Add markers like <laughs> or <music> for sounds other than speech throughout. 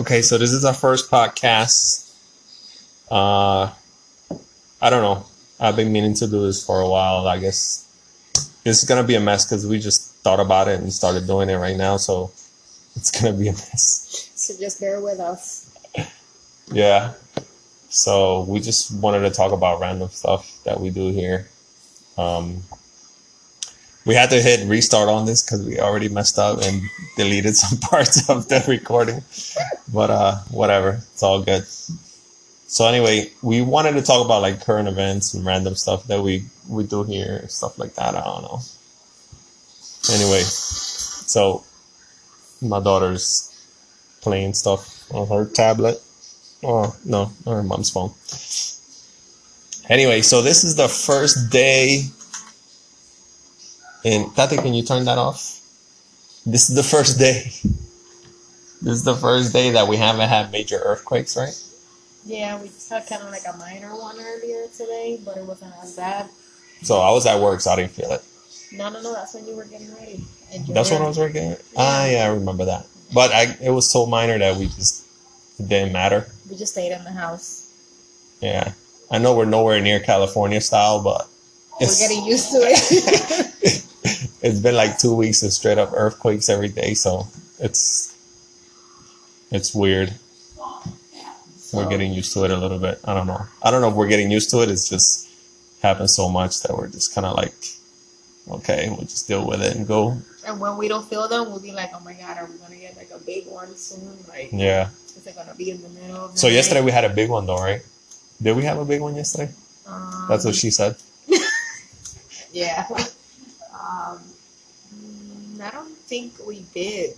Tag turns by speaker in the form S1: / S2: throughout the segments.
S1: okay, so this is our first podcast. Uh, I don't know. I've been meaning to do this for a while. I guess this is gonna be a mess because we just thought about it and started doing it right now. So it's gonna be a mess.
S2: So just bear with us.
S1: Yeah. So we just wanted to talk about random stuff that we do here. Um, we had to hit restart on this because we already messed up and <laughs> deleted some parts of the recording. But uh, whatever, it's all good. So anyway, we wanted to talk about like current events and random stuff that we we do here, stuff like that. I don't know. Anyway, so my daughter's playing stuff on her tablet. Oh no, on her mom's phone. Anyway, so this is the first day and Tate, can you turn that off? This is the first day. This is the first day that we haven't had major earthquakes, right?
S2: Yeah, we just had kind of like a minor one earlier today, but it wasn't as bad.
S1: So I was at work, so I didn't feel it.
S2: No, no, no. That's when you were getting ready. And
S1: That's when I was working. at? Ah, yeah, I remember that. But I, it was so minor that we just it didn't matter.
S2: We just stayed in the house.
S1: Yeah, I know we're nowhere near California style, but it's,
S2: we're getting used to it.
S1: <laughs> it's been like two weeks of straight up earthquakes every day, so it's it's weird. We're
S2: So,
S1: getting used to it a little bit. I don't know. I don't know if we're getting used to it. It's just happened so much that we're just kind of like, okay, we'll just deal with it and go.
S2: And when we don't feel them, we'll be like, "Oh my god, are we gonna get like a big one soon? Like,
S1: Yeah.
S2: is it gonna be in the middle?" Of the
S1: So
S2: night?
S1: yesterday we had a big one though, right? Did we have a big one yesterday?
S2: Um,
S1: That's what she said.
S2: Yeah. <laughs> Um, mm, I don't think we did.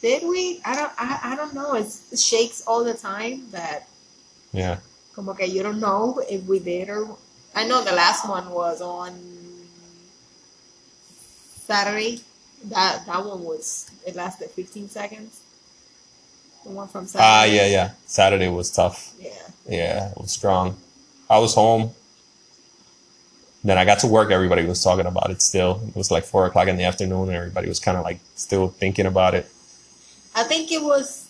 S2: Did we? I don't. I, I don't know. It's, it shakes all the time. That
S1: Yeah.
S2: como que you don't know if we did or. I know the last one was on Saturday. That that one was it lasted 15 seconds. The one from Saturday.
S1: Ah, yeah, yeah. Saturday was tough.
S2: Yeah.
S1: Yeah, it was strong. I was home. Then I got to work. Everybody was talking about it still. It was like four o'clock in the afternoon, and everybody was kind of like still thinking about it.
S2: I think it was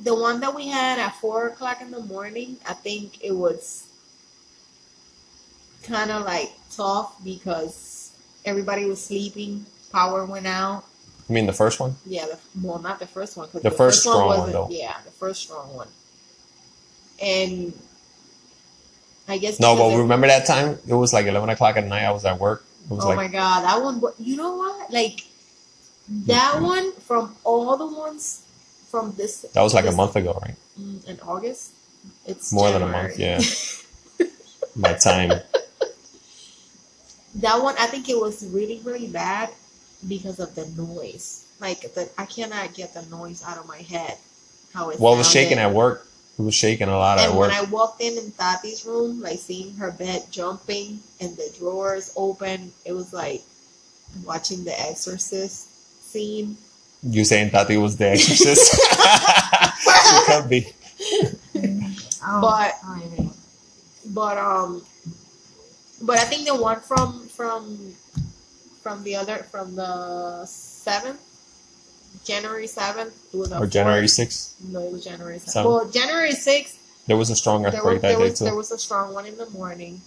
S2: the one that we had at four o'clock in the morning. I think it was kind of like tough because everybody was sleeping. Power went out.
S1: I mean, the first one?
S2: Yeah, the, well, not the first one. 'cause
S1: The first strong one,
S2: wasn't-
S1: though.
S2: Yeah, the first strong one. And I guess
S1: No,
S2: because <laughs>
S1: but
S2: it-
S1: remember that time? It was like 11 o'clock at night. I was at work. It was
S2: oh
S1: like,
S2: my god, that one. wa- You know what? Like
S1: Mm-hmm.
S2: that one from all the ones from this
S1: that was like a
S2: this-
S1: month ago, right?
S2: Mm, in August. It's
S1: More than a
S2: January.
S1: month, yeah.
S2: <laughs>
S1: By time.
S2: That one, I think it was really, really bad because of the noise. Like the, I cannot get the noise out of my head. How it.
S1: Well, it was shaking
S2: sounded.
S1: at work. It was shaking a lot at
S2: And when
S1: work.
S2: I walked in in Tati's room, like seeing her bed jumping and the drawers open, it was like watching the Exorcist scene.
S1: You saying Tati was the
S2: <laughs>
S1: exorcist? <laughs> it could be.
S2: But But um, but I think the one from from from the other from the seventh, January seventh was a
S1: Or Oh, January
S2: fourth-
S1: 6th.
S2: No, it was January seventh.
S1: Seven.
S2: Well, January sixth,
S1: There was a strong
S2: there was
S1: earthquake
S2: there
S1: that day,
S2: was,
S1: too.
S2: there was a strong one in the morning.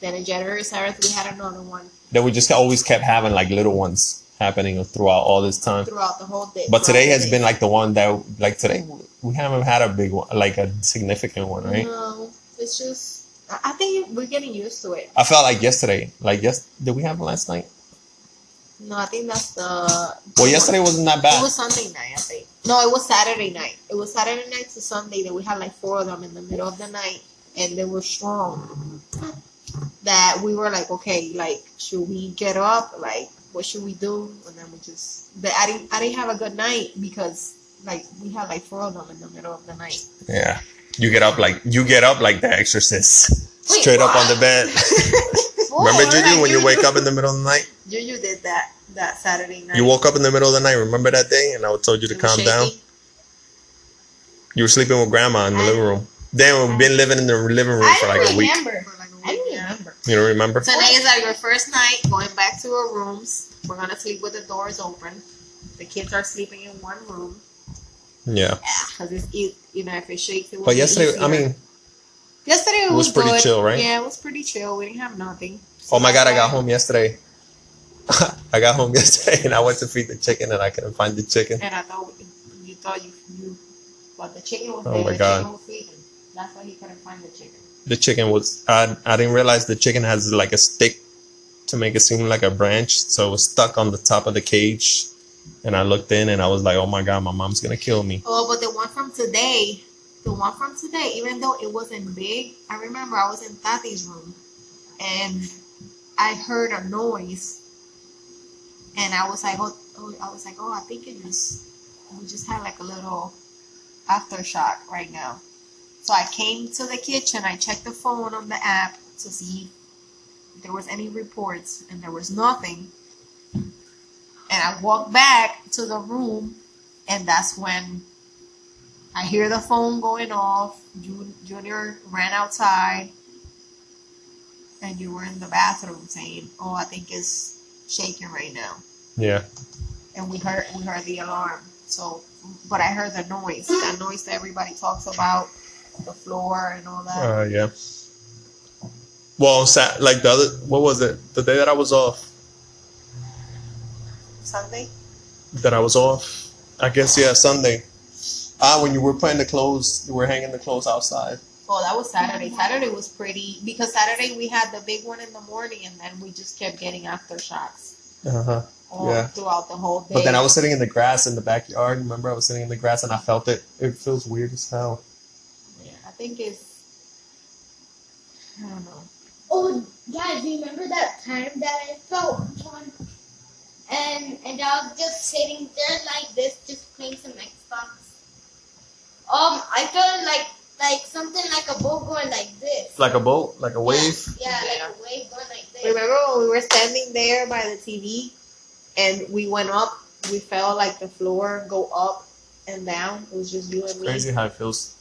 S2: Then in January seventh, we had another one
S1: that we just always kept having like little ones happening throughout all this time.
S2: throughout the whole day.
S1: But today
S2: throughout
S1: has
S2: the
S1: been
S2: day.
S1: like the one that like today we haven't had a big one, like a significant one, right?
S2: No, it's just I- I think we're getting used to it.
S1: I felt like yesterday, like yes, did we have one last night?
S2: No, I think that's the.
S1: Well, yesterday wasn't that bad.
S2: It was Sunday night, I think. No, it was Saturday night. It was Saturday night to Sunday that we had like four of them in the middle of the night, and they were strong. That we were like, okay, like, should we get up? Like, what should we do? And then we just, but I didn't, I didn't have a good night because like we had like four of them in the middle of the night.
S1: yeah, you get up like you get up like the Exorcist,
S2: Wait,
S1: straight up
S2: what?
S1: on the
S2: <laughs>
S1: bed. <laughs> Remember Juju when you wake up in the middle of the night?
S2: Juju did that that Saturday night.
S1: You woke up in the middle of the night. Remember that day? And I told you to
S2: It was
S1: calm down.
S2: shaky.
S1: You were sleeping with grandma in the
S2: I-
S1: living room. Damn, we've been living in the living room for like a week.
S2: I don't remember.
S1: You don't remember?
S2: Tonight is our first night going back to our rooms. We're gonna sleep with the doors open. The kids are sleeping in one room.
S1: Yeah.
S2: because it's it, you know if it shakes it. will
S1: But
S2: be
S1: yesterday, I
S2: easier.
S1: mean,
S2: yesterday it
S1: it was pretty
S2: good.
S1: chill, right?
S2: Yeah, it was pretty chill. We didn't have nothing.
S1: oh my God, I got home yesterday. <laughs> I got home yesterday and I went to feed the chicken and I couldn't find the chicken.
S2: And I thought you thought you you, but the chicken was
S1: Oh
S2: there.
S1: my
S2: the
S1: God.
S2: Chicken was vegan. That's why he couldn't find the chicken.
S1: The chicken was, I, I didn't realize the chicken has like a stick to make it seem like a branch. So it was stuck on the top of the cage. And I looked in and I was like, oh my God, my mom's going to kill me.
S2: Oh, but the one from today, the one from today, even though it wasn't big, I remember I was in Tati's room and I heard a noise, and I was like, oh, oh I was like, oh, I think it just we just had like a little aftershock right now. So I came to the kitchen, I checked the phone on the app to see if there was any reports, and there was nothing. And I walked back to the room and that's when I hear the phone going off. Ju- Junior ran outside, and you were in the bathroom saying, "Oh, I think it's shaking right now."
S1: Yeah.
S2: And we heard we heard the alarm. So, but I heard the noise, that noise that everybody talks about, the floor and all that.
S1: Uh, yeah. Well, sa- like the other, what was it? The day that I was off,
S2: Sunday.
S1: that I was off. I guess yeah, Sunday. Ah, when you were putting the clothes, you were hanging the clothes outside.
S2: Oh, that was Saturday. Saturday was pretty because Saturday we had the big one in the morning, and then we just kept getting aftershocks
S1: Uh huh.
S2: all
S1: Yeah.
S2: throughout the whole day.
S1: But then I was sitting in the grass in the backyard. Remember, I was sitting in the grass and I felt it. It feels weird as hell.
S2: Yeah, I think it's. I don't know.
S3: Oh, guys, you remember that time that I felt one? And and I was just sitting there like this, just playing some Xbox. Um, I felt like like something like a ball going like this.
S1: Like a boat, like a wave.
S3: Yeah,
S2: Yeah.
S3: like a wave going like this.
S2: Remember when we were standing there by the TV, and we went up. We felt like the floor go up and down. It was just you and me.
S1: Crazy how it feels.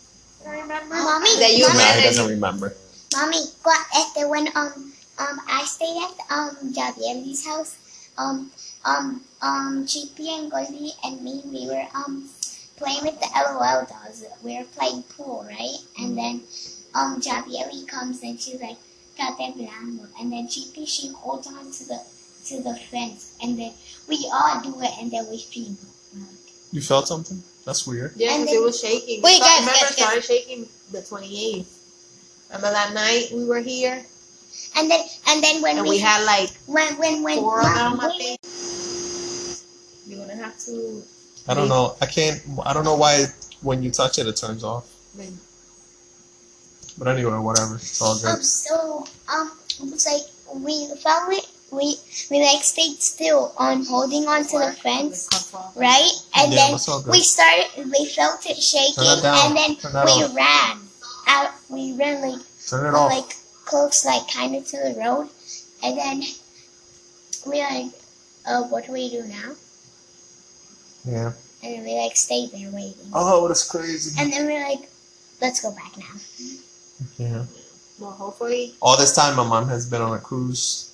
S2: Remember?
S4: Mommy,
S2: that you
S1: Nah, he
S2: ran
S1: doesn't
S2: and
S1: remember.
S4: Mommy, what if they went um um I stayed at um Javiendi's house um um um Chippy and Goldie and me we were um playing with the LOL dolls. We were playing pool, right?
S2: Mm-hmm.
S4: And then um Javieri comes and she's like "Ya te hablando," and then Chippy she holds on to the to the fence and then we all do it and then we feed.
S1: You felt something? That's weird.
S2: yeah,
S4: and
S2: because it
S4: then-
S2: was shaking.
S3: Wait,
S2: So-
S3: guys,
S2: remember
S3: guys,
S2: it started shaking the twenty eighth. Remember that night we were here
S4: And then and then when
S2: and
S4: we,
S2: we had like
S4: when when when
S2: four of
S4: Mom-
S2: them, I
S4: we-
S2: think. You're gonna have to.
S1: I don't know. I can't. I don't know why when you touch it, it turns off.
S2: like,
S1: But anyway, whatever. It's all good.
S4: Um, so, um, it was like we felt it. We we like stayed still on holding onto the fence,
S2: cut off.
S4: right? And
S1: yeah,
S4: then
S1: it's all good.
S4: we started. We felt it shaking,
S1: Turn it down.
S4: and then
S1: Turn that
S4: we
S1: off.
S4: ran out. We ran like
S1: Turn it off.
S4: like close, like kind of to the road, and then we like, oh, what do we do now?
S1: Yeah.
S4: And then we like stayed there waiting,
S1: Oh, that's crazy.
S4: and then we like, let's go back now.
S1: Yeah.
S2: Well, hopefully,
S1: All this time, my mom has been on a cruise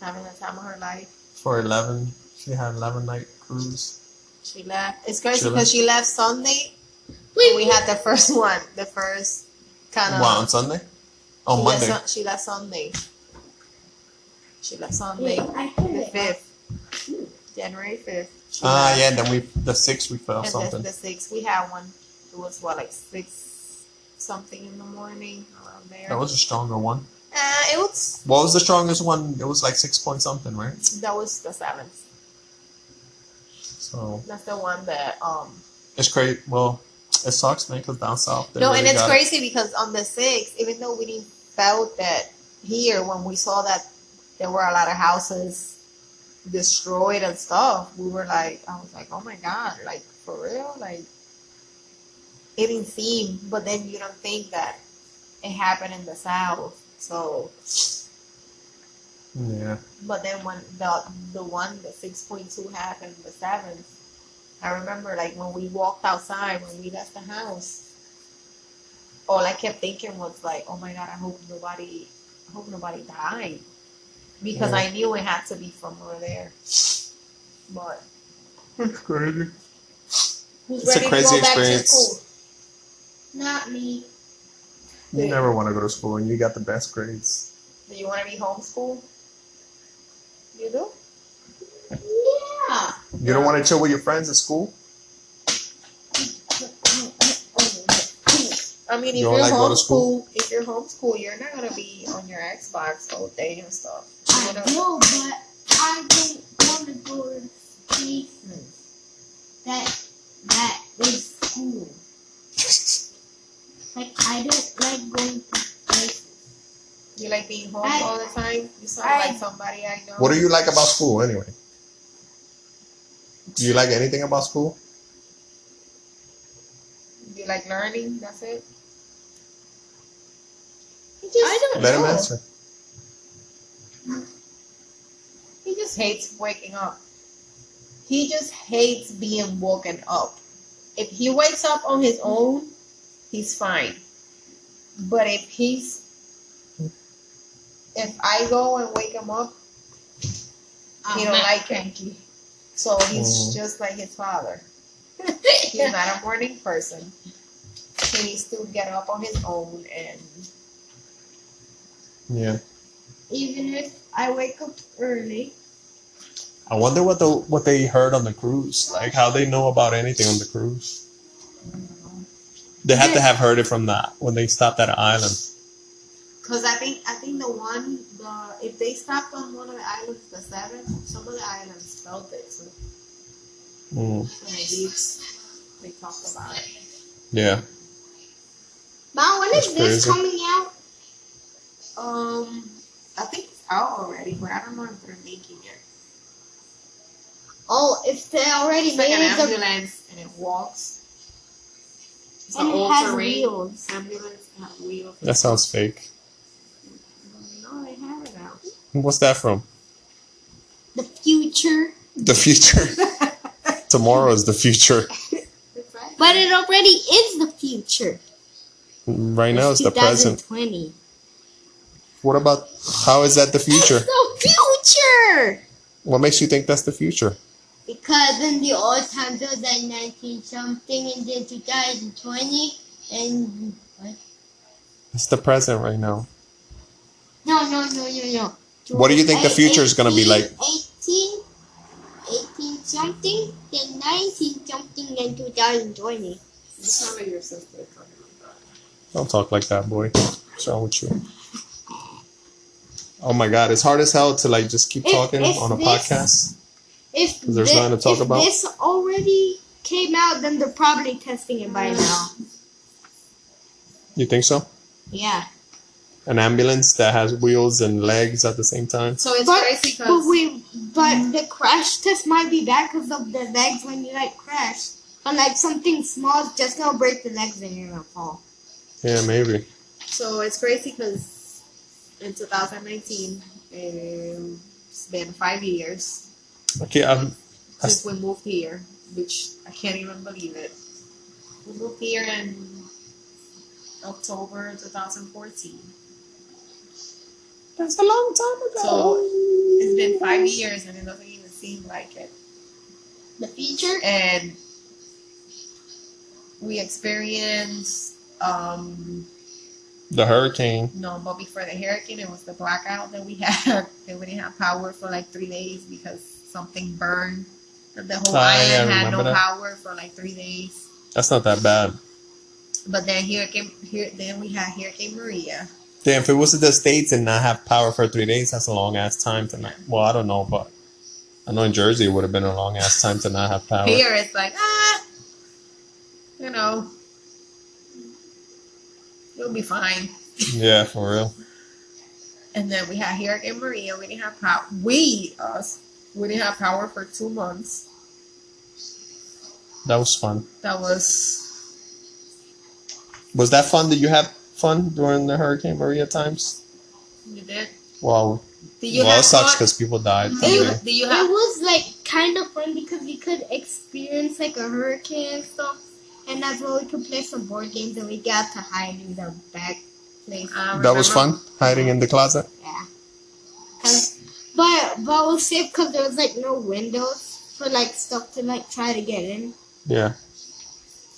S2: having the time of her life.
S1: for 11. She had 11 night cruise.
S2: She left. It's crazy
S1: She
S2: because she left Sunday.
S3: Wait,
S2: We had the first <laughs> one, the first
S4: Uh-huh.
S2: kind of.
S1: Wow, on Sunday? On
S2: she
S1: Monday.
S2: Left, Sun- she left Sunday. She left Sunday,
S3: I
S2: the
S3: heard it.
S2: fifth, January fifth. She
S1: Ah,
S2: left.
S1: yeah, then we, the 6th, we felt
S2: And
S1: something.
S2: then the sixth, we had one. It was what like six something in the morning around there.
S1: That was a stronger one.
S2: uh, it was
S1: What was the strongest one? It was like 6 point something, right?
S2: that was the seventh.
S1: So,
S2: That's the one that um
S1: it's crazy. Well, it sucks, man, because down south, they
S2: no,
S1: really
S2: and it's
S1: got it.
S2: crazy because on the sixth, even though we didn't felt that here when we saw that there were a lot of houses destroyed and stuff, we were like, I was like, oh my god, like for real, like it didn't seem, but then you don't think that it happened in the south, so. <laughs>
S1: Yeah.
S2: But then when the the one the six point two happened, the seventh, I remember like when we walked outside when we left the house, all I kept thinking was like, Oh my god, I hope nobody I hope nobody died. Because
S1: Yeah.
S2: I knew it had to be from over there. But
S1: It's crazy.
S5: Who's
S1: It's a
S5: ready
S1: crazy
S5: to go back to
S1: experience.
S5: school?
S2: Not me.
S1: You never want to go to school and you got the best grades.
S5: Do you want to be homeschooled? You do?
S2: Yeah.
S1: You don't want to chill with your friends at school?
S5: I mean, if
S1: You
S5: you
S1: don't
S5: are
S1: like go to
S5: homeschooled,
S1: school?
S5: if you're homeschooled, you're not gonna be on your Xbox all day and stuff.
S2: I
S5: You know?
S2: know, but I don't want to go to places that that is <laughs> cool. Like I don't like going to places.
S5: You like being home
S2: I-
S5: all the time. You sound
S2: I-
S5: like somebody I know.
S1: What do you like about school anyway? Do you like anything about school?
S5: You like learning? That's it.
S2: I just, I don't
S1: Let him answer.
S5: He just hates waking up. He just hates being woken up. If he wakes up on his own, he's fine. But if he's if I go and wake him up,
S2: Um,
S5: he don't like it. So he's
S1: Mm.
S5: just like his father.
S2: <laughs>
S5: He's not a morning person. He needs to get up on his own and
S1: Yeah.
S2: Even if I wake up early,
S1: I wonder what the what they heard on the cruise, like how they know about anything on the cruise. They had to have heard it from that when they stopped at an island.
S5: Cause I think I think the one the if they stopped on one of the islands, the seven, some of the islands felt it. So
S1: Mm,
S5: when they leaves, they talked about it.
S1: yeah,
S2: Mom, when
S1: is That's this crazy.
S2: coming out?
S5: Um, I think it's out already, but I don't know if they're making it.
S2: Oh, if they already
S5: It's like
S2: made
S5: an
S2: it, the-
S5: ambulance and it walks. It's
S2: and
S5: an
S2: it
S5: old
S2: has
S5: terrain
S2: wheels.
S5: ambulance and have wheels.
S1: that sounds fake.
S5: No, they have it out.
S1: What's that from?
S2: The future,
S1: The future. Tomorrow is the future.
S5: It's right.
S2: but it already is the future.
S1: Right now it's the present.
S2: 2020.
S1: What about how is that the future?
S4: <laughs>
S2: It's the future.
S1: What makes you think that's the future?
S2: Because in the old times it was like 19 something and then 2020 and what?
S1: It's the present right now.
S2: No, no, no, no, no.
S1: What do you think the future is gonna be like?
S2: 18, 18 something, then 19 something, then 2020.
S5: You sound like your sister talking about
S1: Don't talk like that, boy. What's wrong with you? Oh my god, it's hard as hell to like just keep
S2: If-
S1: talking
S2: if
S1: on a
S2: this-
S1: podcast.
S2: If,
S1: There's
S2: thi-
S1: nothing to talk
S2: if
S1: about?
S2: this already came out, then they're probably testing it by now.
S1: You think so?
S2: Yeah.
S1: An ambulance that has wheels and legs at the same time.
S5: that. So it's
S2: But-
S5: crazy
S2: But
S5: because
S2: we, but the crash test might be bad because of the legs when you like crash. But like something small is just gonna break the legs and you're gonna fall.
S1: Yeah, maybe.
S5: So it's crazy because in 2019, um, it's been five years
S1: Okay, um, I'm,
S5: since we moved here, which I can't even believe it. We moved here in October 2014.
S1: that's a long time
S5: So it's been five years and it doesn't even seem like it.
S2: The future?
S5: And we experienced, um,
S1: The hurricane.
S5: No, but before the hurricane, it was the blackout that we <laughs> had. They wouldn't have power for like three days because something burned. The whole
S1: Ah, yeah, I
S5: island had no
S1: remember that.
S5: power for like three days.
S1: That's not that bad.
S5: But then here came here. Then we had Hurricane Maria.
S1: Damn, if it was in the States and not have power for three days, that's a long ass time to not. Well, I don't know, but I know in Jersey it would have been a long ass time to not have power.
S5: Here it's like ah, you know, you'll be fine.
S1: Yeah, for real.
S5: And then we had Hurricane Maria. We didn't have power. We us we didn't have power for two months.
S1: That was fun.
S5: That was
S1: Was that fun? Did you have fun during the Hurricane Maria times?
S5: you did.
S1: Well,
S5: Did you
S1: well,
S5: have
S1: it sucks
S5: fun?
S1: because people died.
S5: Do you,
S1: Someday.
S5: do you
S2: It
S5: have
S2: was like kind of fun because we could experience like a hurricane and stuff. And as well, we could play some board games and we got to hide in the back place.
S5: I
S1: That was
S5: Ah, remember-
S1: fun. Hiding in the closet.
S2: Yeah. 'Cause- But, but it was safe because there was like no windows for like stuff to like try to get in.
S1: Yeah.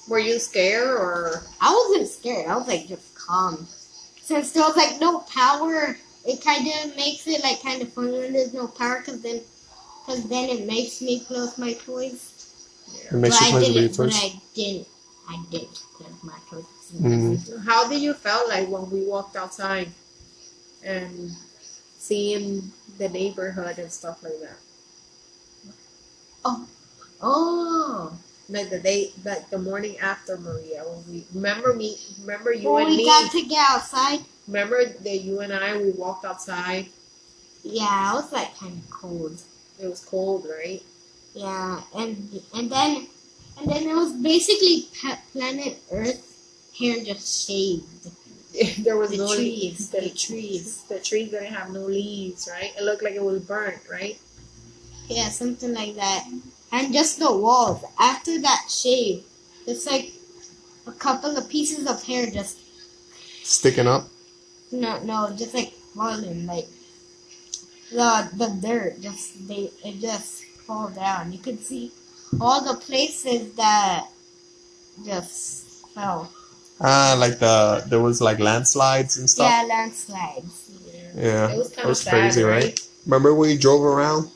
S5: Were you scared or? I wasn't scared. I was like just calm. Since there was like no power,
S2: It kind of makes it like kind of fun when there's no power, cause then, cause then it makes me close my toys.
S1: It makes you
S2: but I
S1: play with your
S2: didn't. But
S1: toys.
S2: I didn't. I didn't close my toys.
S1: Mm.
S5: how did you felt like when we walked outside and seeing the neighborhood and stuff like that?
S2: Oh.
S5: oh, like the day, like the morning after Maria. When we remember me, remember you
S2: When
S5: and
S2: we
S5: me.
S2: got to get outside,
S5: remember that you and I we walked outside.
S2: yeah, I was like kind of cold.
S5: It was cold, right? <laughs>
S2: Yeah, and and then and then it was basically pa- planet Earth hair just shaved.
S5: there was
S2: The
S5: no
S2: trees,
S5: The,
S2: the trees.
S5: The trees didn't have no leaves, right? It looked like it was burnt, right?
S2: Yeah, something like that. And just the walls. After that shave, it's like a couple of pieces of hair just
S1: Sticking up.
S2: no no just like falling like the the dirt just they it just fall down. You could see all the places that just fell.
S6: Ah, like the there was like landslides and stuff.
S2: Yeah, landslides.
S1: Yeah.
S5: It was
S1: That
S5: kind of
S1: was
S5: sad,
S1: crazy,
S5: right?
S1: right? Remember when you drove around?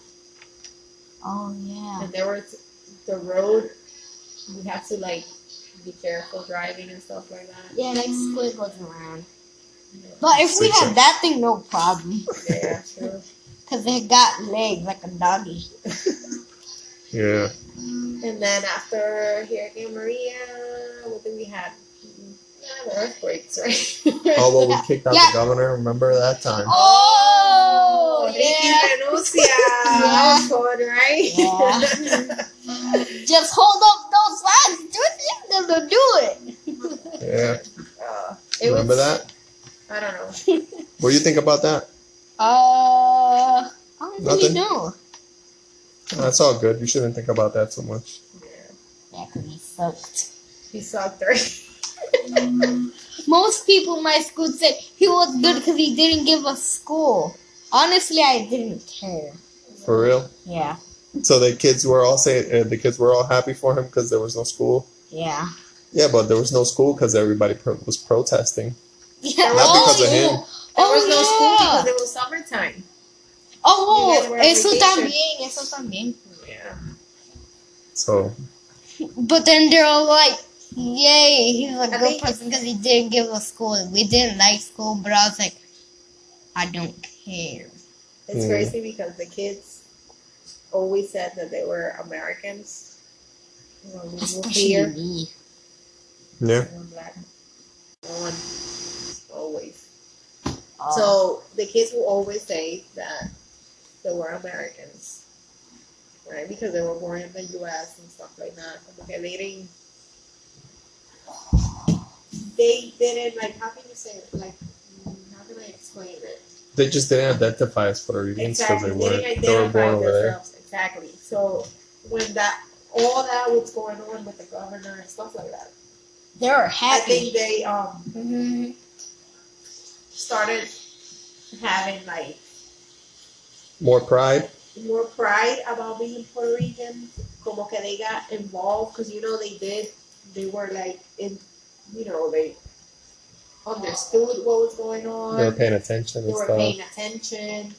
S2: Oh yeah.
S5: And there was the road. We had to like be careful driving and stuff like
S2: <laughs>
S5: that.
S2: Yeah, like squid was around. But if we
S1: Squid
S2: had
S1: check.
S2: that thing, no problem.
S5: Yeah, true.
S2: Because it got legs like a doggy.
S5: <laughs>
S1: Yeah.
S5: And then after here came Maria. What did we have? Yeah, the earthquakes, right? <laughs>
S1: Oh well, we kicked out
S2: Yeah.
S1: the governor. Remember that time?
S2: Oh,
S5: Ricky
S2: yeah.
S5: Renuncia. That was fun, right? <laughs>
S2: Yeah. Just hold up those legs. Do it. They're gonna do it.
S1: Yeah.
S5: Uh, Oh, it
S1: Remember
S5: was,
S1: that?
S5: I don't know.
S1: What do you think about that?
S2: Uh, I don't really
S1: Nothing?
S2: know.
S1: That's Ah, all good. You shouldn't think about that so much.
S5: Yeah.
S2: Yeah, 'cause we sucked.
S5: He sucked, right? <laughs>
S2: Most people in my school said he was good because he didn't give us school. Honestly, I didn't care.
S1: For real.
S2: Yeah,
S1: So the kids were all saying uh, the kids were all happy for him because there was no school.
S2: yeah.
S1: Yeah, but there was no school because everybody pro- was protesting.
S2: Yeah.
S1: Not
S2: oh,
S1: because of him.
S5: There
S2: Oh,
S5: was no school
S2: yeah.
S5: because it was summertime. You guys
S2: Oh,
S5: were on
S2: eso
S5: vacation.
S2: también, eso también.
S5: Yeah.
S1: So
S2: But then they're all like, yay, he's a good
S5: think-
S2: person because he didn't give us school. We didn't like school, but I was like, I don't care.
S1: Mm.
S2: Hmm.
S5: It's crazy because the kids always said that they were Americans. When we moved
S2: Especially
S5: here,
S2: me.
S1: yeah,
S5: we were black. No one, always.
S2: Oh.
S5: So the kids will always say that they were Americans, right? Because they were born in the U.S. and stuff like that. Como que they didn't. They didn't like. How can you say it? Like, mm, how can I explain it?
S1: they just didn't identify as Puerto Ricans because they
S5: Exactly. They
S1: weren't.
S5: didn't
S1: They were
S5: identify
S1: born over there.
S5: themselves. Exactly. So when that all that was going on with the governor and stuff like that,
S2: they were
S5: I
S2: happy.
S5: think they um
S2: Mhm.
S5: started having like
S1: More pride.
S5: more pride about being Puerto Rican. Como que they got involved because you know they did. They were like in, you know, they understood what was going on.
S1: They were paying attention
S5: they
S1: and
S5: were
S1: stuff.
S5: paying attention.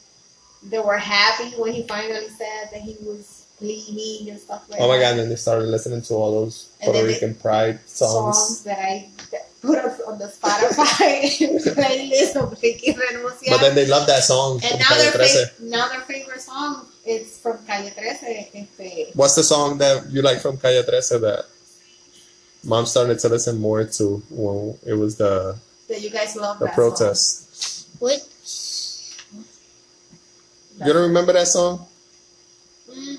S5: They were happy when he finally said that he was leaving and stuff like
S1: Oh my
S5: that.
S1: god! And then they started listening to all those
S5: And then
S1: Puerto
S5: they-
S1: Rican pride
S5: songs,
S1: songs.
S5: that I that put up on the Spotify <laughs> playlist of Ricky Renuncia.
S1: But then they love that song. from
S5: and now their,
S1: Calle 13.
S5: fa- now their favorite song is from Calle 13. Este,
S1: What's the song that you like from Calle 13 that mom started to listen more to when it was the
S5: that you guys love
S1: the
S5: that
S1: protest?
S2: What?
S5: song. Mm-hmm.
S1: You don't remember that song?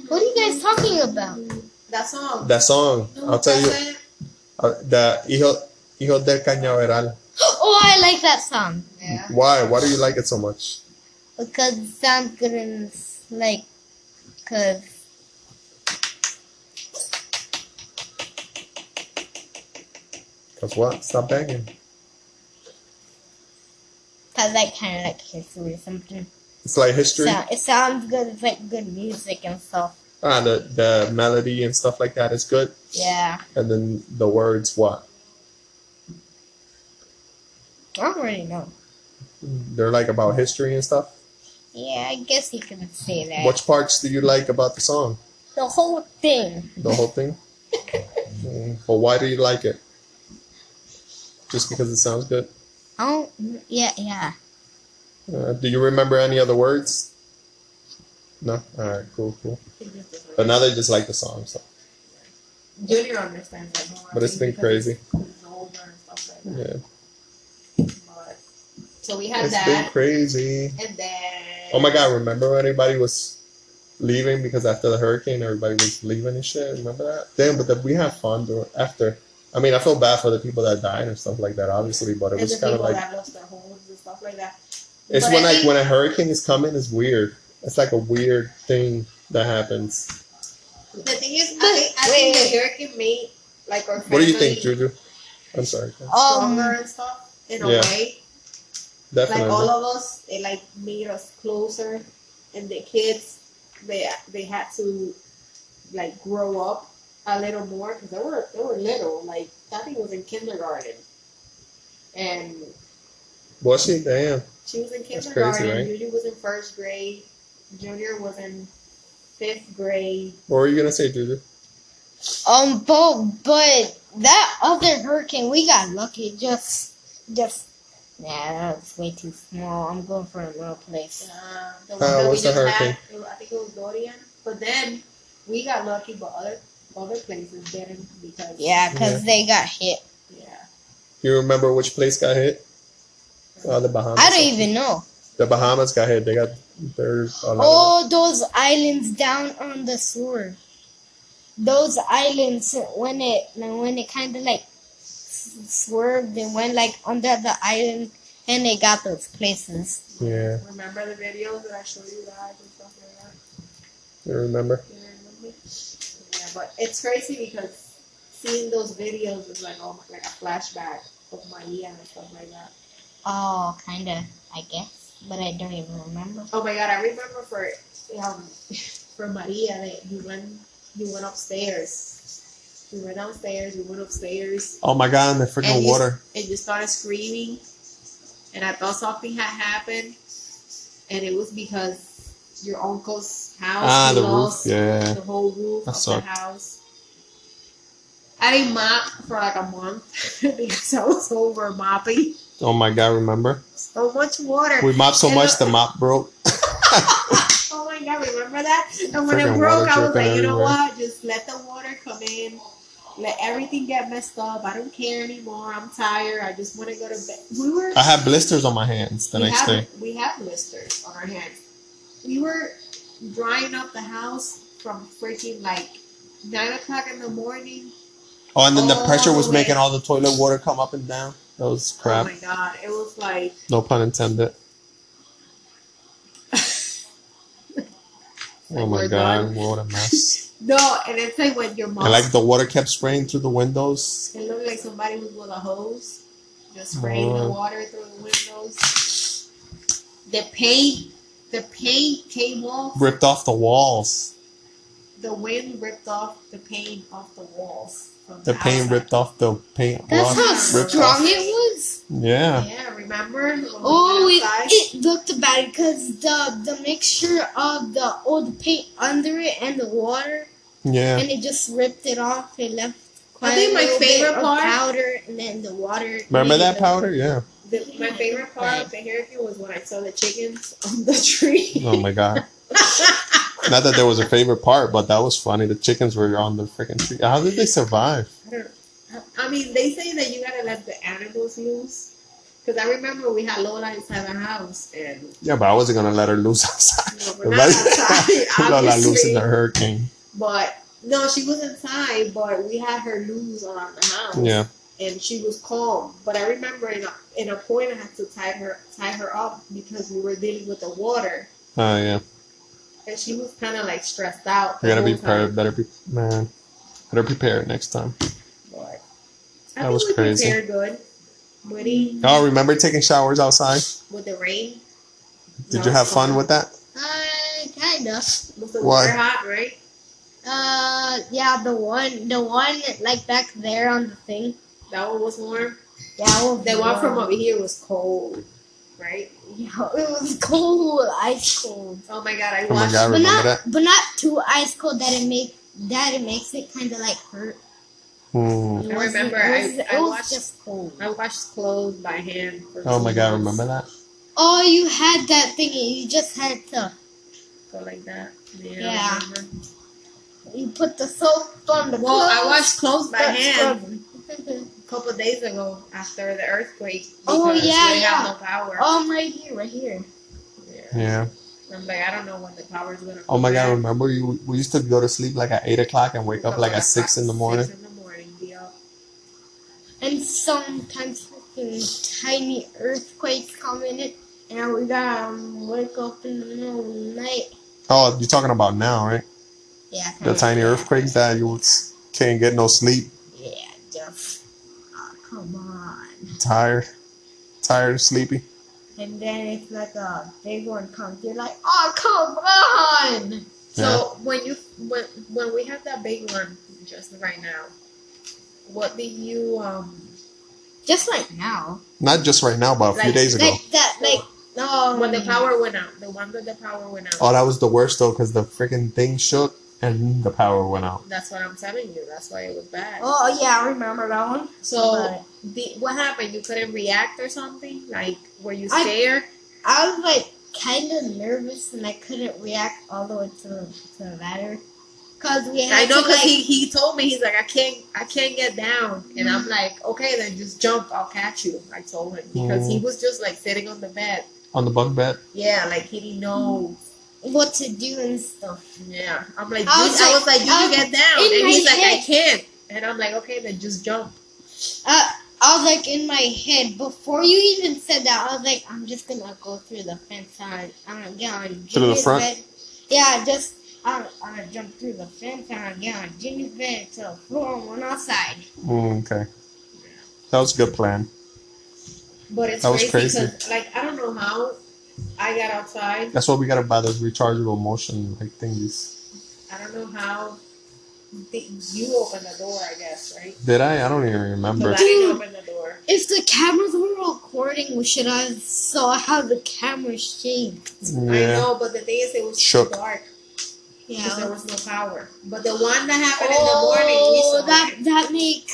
S2: What are you guys talking about?
S5: That song.
S1: That song.
S5: No,
S1: I'll tell you.
S5: that's it.
S1: Uh, the hijo hijo del cañaveral.
S2: Oh, I like that song
S5: Yeah.
S1: Why? Why do you like it so much?
S2: because it sounds good and it's like, cause
S1: Cause what? Stop banging.
S2: cause I kind of like history or something.
S1: It's like history.
S2: So it sounds good. It's like good music and stuff.
S1: Ah, the the melody and stuff like that is good,
S5: Yeah.
S1: and then the words what
S5: I don't really know.
S1: they're like about history and stuff.
S5: Yeah, I guess you can say that.
S1: Which parts do you like about the song?
S5: The whole thing.
S1: The whole
S2: <laughs>
S1: thing. Mm, But why do you like it? Just because it sounds good.
S5: I don't. Yeah, yeah.
S1: Uh, do you remember any other words? No. All right. Cool. Cool. But now they just like the song. So.
S5: Junior understands that more.
S1: But it's been crazy. Yeah.
S5: So we have
S1: It's been
S5: that,
S1: crazy.
S5: and then.
S1: Oh my god! Remember when everybody was leaving because after the hurricane, everybody was leaving and shit. Remember that? Damn. But that we had fun dur- after. I mean, I feel bad for the people that died and stuff like that, obviously. But it
S5: And the
S1: was kind of
S5: people
S1: like
S5: that lost their homes and stuff like that.
S1: It's
S5: But
S1: when
S5: I
S1: like
S5: think-
S1: when a hurricane is coming, it's weird. It's like a weird thing that happens.
S5: The thing is, I think, I think the hurricane made like our family
S1: What do you think, Juju? I'm sorry.
S2: Um,
S5: stronger and stuff in a
S1: Yeah.
S5: way.
S1: Definitely.
S5: Like all of us, it like made us closer, and the kids, they they had to like grow up a little more because they were they were little. Like Tati was in kindergarten, and
S1: was she? Damn.
S5: she was in
S1: That's crazy,
S5: kindergarten.
S1: right?
S5: Judy was in first grade. Junior was in fifth grade.
S1: What were you gonna say, Juju?
S2: Um, but but that other hurricane, we got lucky. Just, just. Nah, that was way too small. I'm going for a little place.
S5: Uh, the one
S1: Uh,
S5: that we
S1: what's the
S5: just had,
S1: hurricane?
S5: it wa- I think it was Dorian. But then we got lucky, but other other places didn't because
S2: Yeah, cause they got hit.
S5: yeah.
S1: You remember which place got hit? Uh, the Bahamas.
S2: I don't even know.
S1: The Bahamas got hit. They got there's a lot
S5: Oh.
S1: of-
S2: All those islands down on the sewer. Those islands when it when it kind of like swerved and went like under the island and they got those places.
S1: Yeah.
S5: Remember the videos that I showed you guys and stuff like that?
S1: You remember?
S5: You remember? Yeah, but it's crazy because seeing those videos is like oh my, like a flashback of Maria and stuff like that.
S2: Oh, kind of, I guess, but I don't even remember.
S5: Oh my god, I remember for um for Maria that he went he went upstairs. We were downstairs, we went upstairs.
S1: Oh my god! And the
S5: And
S1: freaking
S5: you-
S1: water.
S5: and you started screaming and I thought something had happened and it was because your uncle's house
S1: Ah,
S5: he
S1: the roof.
S5: lost
S1: Yeah.
S5: the whole roof
S1: That
S5: of
S1: sucked.
S5: the house. I didn't mop for like a month <laughs> because I was over mopping.
S1: Oh my god! Remember?
S5: So much water.
S1: We mopped so
S5: And
S1: much
S5: the-
S1: the mop broke.
S5: Oh my god, remember that? And when it
S1: Freaking
S5: broke,
S1: water
S5: I was like,
S1: dripping
S5: you know
S1: everywhere.
S5: what? Just let the water come in. Let everything get messed up. I don't care anymore. I'm tired. I just want to go to bed. We were
S1: I had blisters on my hands the
S5: we
S1: next
S5: have,
S1: day.
S5: We have blisters on our hands. We were drying up the house from freaking like nine o'clock in the morning.
S1: Oh, and then the
S5: all
S1: pressure was
S5: the way-
S1: making all the toilet water come up and down. That was crap.
S5: Oh my god, it was like
S1: No pun
S5: <laughs>
S1: intended. oh my
S5: We're
S1: god,
S5: done.
S1: what a mess.
S5: no, and it's like when your mom
S1: and like the water kept spraying through the windows.
S5: it looked like somebody was with a hose just spraying the
S1: Oh.
S5: water through the windows. The paint, the paint came off.
S1: Ripped off the walls.
S5: The wind ripped off the paint off the walls. From
S1: The paint
S5: outside.
S1: ripped off the paint
S2: That's
S1: block.
S2: how
S1: ripped
S2: strong it was.
S1: Yeah.
S5: Yeah, remember? When we went
S2: Oh, it,
S5: outside?
S2: it looked bad because the the mixture of the old paint under it and the water,
S1: Yeah.
S2: and it just ripped it off. It left.
S5: I
S2: quite
S5: think
S2: a
S5: my
S2: little bit
S5: favorite
S2: of
S5: part-
S2: powder, and then the water.
S1: Remember
S2: made
S1: that
S2: it-
S1: powder? Yeah.
S5: The, my favorite part of the hurricane was when I saw the chickens <laughs> on the tree.
S1: Oh my
S2: <laughs>
S1: god. Not that there was a favorite part, but that was funny. The chickens were on the freaking tree. How did they survive?
S5: I don't. I, I mean, they say that you gotta let the animals loose. Cause I remember we had Lola inside the house, and
S1: Yeah, but I wasn't gonna let her loose <laughs> outside.
S5: you know, we're not
S1: <laughs>
S5: outside,
S1: Lola loose in
S5: obviously.
S1: the hurricane.
S5: But no, she was inside, but we had her loose around the house,
S1: Yeah.
S5: and she was calm. But I remember in a, in a point I had to tie her tie her up because we were dealing with the water,
S1: Oh yeah.
S5: and she was kind of like stressed out.
S1: I
S5: the
S1: gotta be
S2: Oh,
S5: whole time.
S1: prepared. Better be man. Better prepare it next time.
S5: But
S1: That
S5: I think
S1: was
S5: we
S1: crazy.
S5: prepared good. Winning
S1: Oh, remember taking showers outside?
S5: with the rain.
S1: Did you have fun with that?
S2: Uh, kind of.
S5: Was the
S1: Why?
S5: water hot, right?
S2: Uh, yeah, the one, the one like back there on the thing.
S5: That one was warm.
S2: Yeah, I was
S5: The one from
S2: <laughs> wrong.
S5: over here was cold, right?
S2: Yeah, it was cold, ice cold.
S5: Oh my god, I
S1: Oh my
S5: watched.
S1: god,
S2: But
S1: remember
S2: not,
S1: that?
S2: but not too ice cold that it make that it makes it kind of like hurt.
S1: Mm.
S2: It
S5: I
S2: wasn't-
S5: remember
S2: It was,
S5: I- I
S2: it was
S5: watched-
S2: just cold.
S5: I washed clothes by hand. for
S1: Oh my
S5: two
S1: god,
S5: months.
S1: remember that?
S2: Oh, you had that thingy. You just had to.
S5: Go like that. Yeah.
S2: Yeah.
S5: I remember.
S2: You put the soap on the
S5: Well, I
S2: clothes,
S5: washed clothes by
S2: start
S5: hand
S2: scrubbing.
S5: a couple days ago after the earthquake.
S2: Oh,
S5: because
S2: yeah,
S5: we didn't
S2: yeah.
S5: have no power.
S2: Um, right here, right here.
S5: Yeah.
S1: Yeah.
S5: I'm like, I don't know when the power's gonna.
S1: Oh my
S5: come
S1: god,
S5: back.
S1: remember you? We used to go to sleep like at eight o'clock and wake up like at six in the morning.
S5: Six in the morning, yeah.
S2: And sometimes fucking tiny earthquakes come in it, and we gotta um, wake up in the middle of the night.
S1: Oh, you're talking about now, right?
S2: Yeah,
S5: Hmm.
S1: The tiny earthquakes that you can't get no sleep,
S2: yeah, just oh, come on.
S1: tired, tired, sleepy.
S2: And then it's like a big one comes. You're like, oh come on.
S5: So when you when when we have that big one just right now, what do you um
S2: Just like now.
S1: Not just right now, but a few
S5: Like-
S1: days ago.
S2: Like that, like um, no.
S5: when the power went out? The one that the power went out.
S1: Oh, that was the worst though, because the freaking thing shook and the power went out.
S5: That's what I'm telling you. That's why it was bad.
S2: Oh yeah, I remember that one.
S5: So the, what happened? You couldn't react or something? Like were you
S2: I-
S5: scared?
S2: I was like kind of nervous and I couldn't react all the way to the, to the ladder. Cause we
S5: I,
S2: had
S5: know
S2: to
S5: because
S2: like,
S5: he, he told me he's like I can't I can't get down and I'm
S2: Mm-hmm.
S5: like okay then just jump I'll catch you I told him because
S1: Mm-hmm.
S5: he was just like sitting on the bed
S1: On the bunk bed.
S5: yeah like he didn't know
S2: what to do and stuff.
S5: Yeah, I'm like,
S2: I
S5: dude-
S2: was
S5: I was
S2: like-
S5: like, you
S2: I
S5: can
S2: was
S5: get down,
S2: um, in
S5: and
S2: my
S5: he's like, I
S2: head.
S5: can't, and I'm like, okay, then just jump.
S2: Uh, I was like in my head before you even said that. I was like, I'm just gonna go through the fence. I I'm gonna get on
S1: Through the
S2: Jimmy's
S1: front?
S2: bed. Yeah, just I'm, I'm gonna jump through the fence and I get on Jimmy's bed to the floor on one outside.
S1: Mm, okay. That was a good plan.
S5: But it's
S1: That was
S5: crazy
S1: crazy.
S5: because, like, I don't know how I got outside.
S1: That's why we gotta buy those rechargeable motion like thingies.
S5: I don't know how the, you opened the door, I guess, right?
S1: Did I? I don't even
S5: Because
S1: remember.
S5: I didn't open the door.
S2: If the cameras were recording, we should have saw how the camera shaked.
S5: I
S1: Yeah.
S5: know, but the thing is, it was
S1: Shook.
S5: too dark because
S2: Yeah.
S5: there was no power. But the one that happened
S2: Oh,
S5: in the
S2: that
S5: morning, we saw. it.
S2: that makes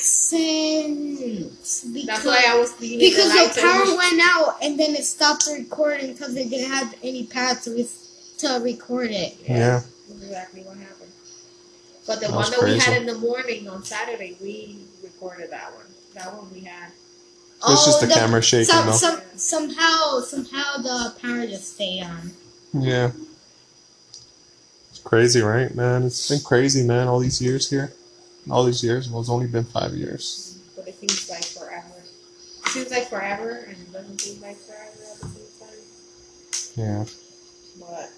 S2: sense. Because,
S5: That's why I was leaving
S2: because
S5: the, lights
S2: the power
S5: on.
S2: went out and then it stopped the recording because they didn't have any power to, re- to record it.
S1: Yeah.
S5: That's exactly what happened. But the
S1: That
S5: one
S1: was
S5: that we had
S1: crazy.
S5: in the morning on Saturday, we recorded that one. That one we had.
S1: It's
S5: Oh,
S1: just the
S2: Oh, the-
S1: camera shaking
S2: Some,
S1: though.
S2: some, somehow, somehow the power just stayed on.
S1: Yeah. It's crazy, right, man? It's been crazy, man, all these years here. All these years. Well, it's only been five years.
S5: But it seems like forever. It seems like forever, and it doesn't seem like forever at the same time.
S1: Yeah.
S5: But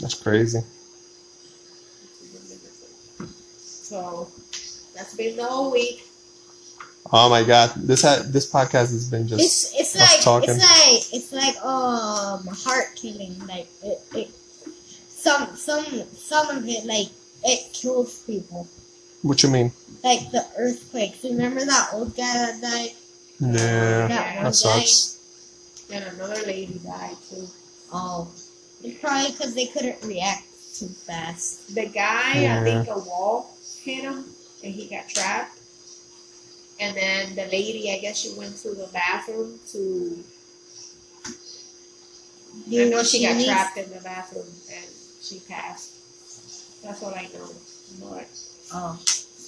S1: That's crazy.
S5: so that's been the whole week.
S1: Oh my god. This had this podcast has been just
S2: It's it's
S1: us
S2: like
S1: talking.
S2: it's like it's like um heart killing like it, it some some some of it like it kills people
S1: what you mean?
S2: like the earthquakes. Remember that old guy that died?
S1: Yeah.
S2: that one
S1: That sucks.
S5: And another lady died too.
S2: guy. Oh, it's probably because they couldn't react too fast.
S5: The guy, I
S1: Yeah.
S5: think a wall hit him, and he got trapped. And then the lady, I guess she went to the bathroom to
S2: Do
S5: I know she got
S2: needs-
S5: trapped in the bathroom and she passed. That's all I know. But
S2: Oh,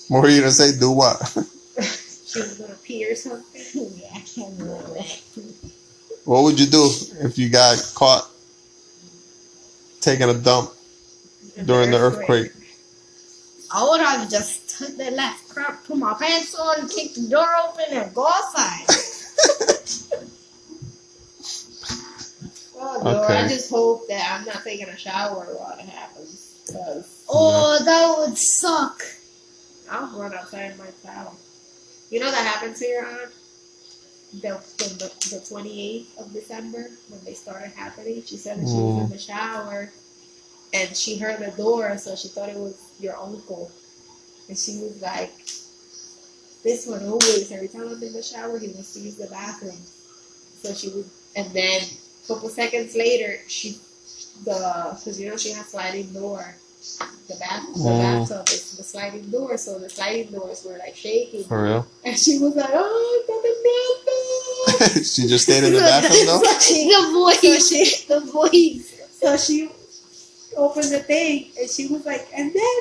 S1: What were you gonna say? Do what? <laughs>
S5: she was gonna pee or something.
S2: <laughs> yeah, I can't remember that.
S1: what would you do if you got caught taking a dump
S5: And
S1: during the earthquake?
S2: I would have just took that last crap, put my pants on, kicked the door open, and go outside.
S5: <laughs> Oh Lord, I
S1: Okay.
S5: just hope that I'm not taking a shower while it happens. 'cause
S2: Oh, that would suck. <laughs>
S5: I'll run outside in my towel. You know that happens here on the the, the 28th of December when they started happening. She said that she was in the shower and she heard the door, so she thought it was your uncle, and she was like, "This one always every time I'm in the shower, he wants to use the bathroom." So she was, and then a couple seconds later, she the because you know she has sliding door. The bath, the
S1: Mm.
S5: bathtub is the sliding door, so the sliding doors were like shaking, <laughs>
S1: For real? <laughs>
S5: and she was like, "Oh, I got the bathroom."
S1: she just stayed <laughs> in the bathroom though.
S5: <laughs> So she-
S2: The
S5: so
S2: voice.
S5: she
S2: <laughs> The voice.
S5: so she opened the thing and she was like, and then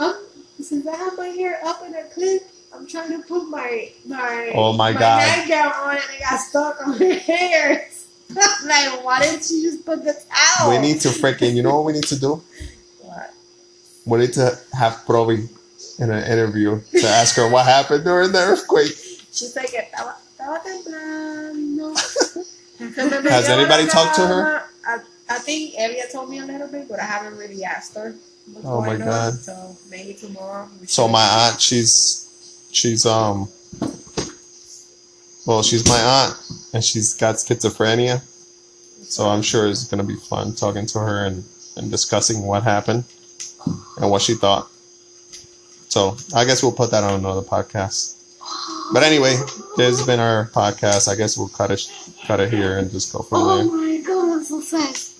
S5: um since I have my hair up in a clip, I'm trying to put my my
S1: Oh my God.
S5: nightgown on and it got stuck on her <laughs> hair. like, why didn't you just put the towel?
S1: We need to freaking. You know what we need to do?
S5: What?
S1: We need to have Provi in an interview to ask her what happened during the earthquake.
S5: She's like, estaba, estaba temblando.
S1: <laughs> Has anybody talked to her?
S5: I, I think Elia told me a little bit, but I haven't really asked her. what's
S1: Oh, my
S5: going on,
S1: God.
S5: So maybe tomorrow. we
S1: So
S5: should-
S1: my aunt, she's she's um well, she's my aunt and she's got schizophrenia. So I'm sure it's gonna be fun talking to her and, and discussing what happened and what she thought. So I guess we'll put that on another podcast. But anyway, there's been our podcast. I guess we'll cut it cut it here and just go from
S2: Oh
S1: there.
S2: my god, I'm so fast.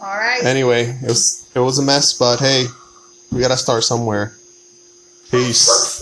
S5: All right.
S1: Anyway, it was it was a mess, but hey, we gotta start somewhere. Peace.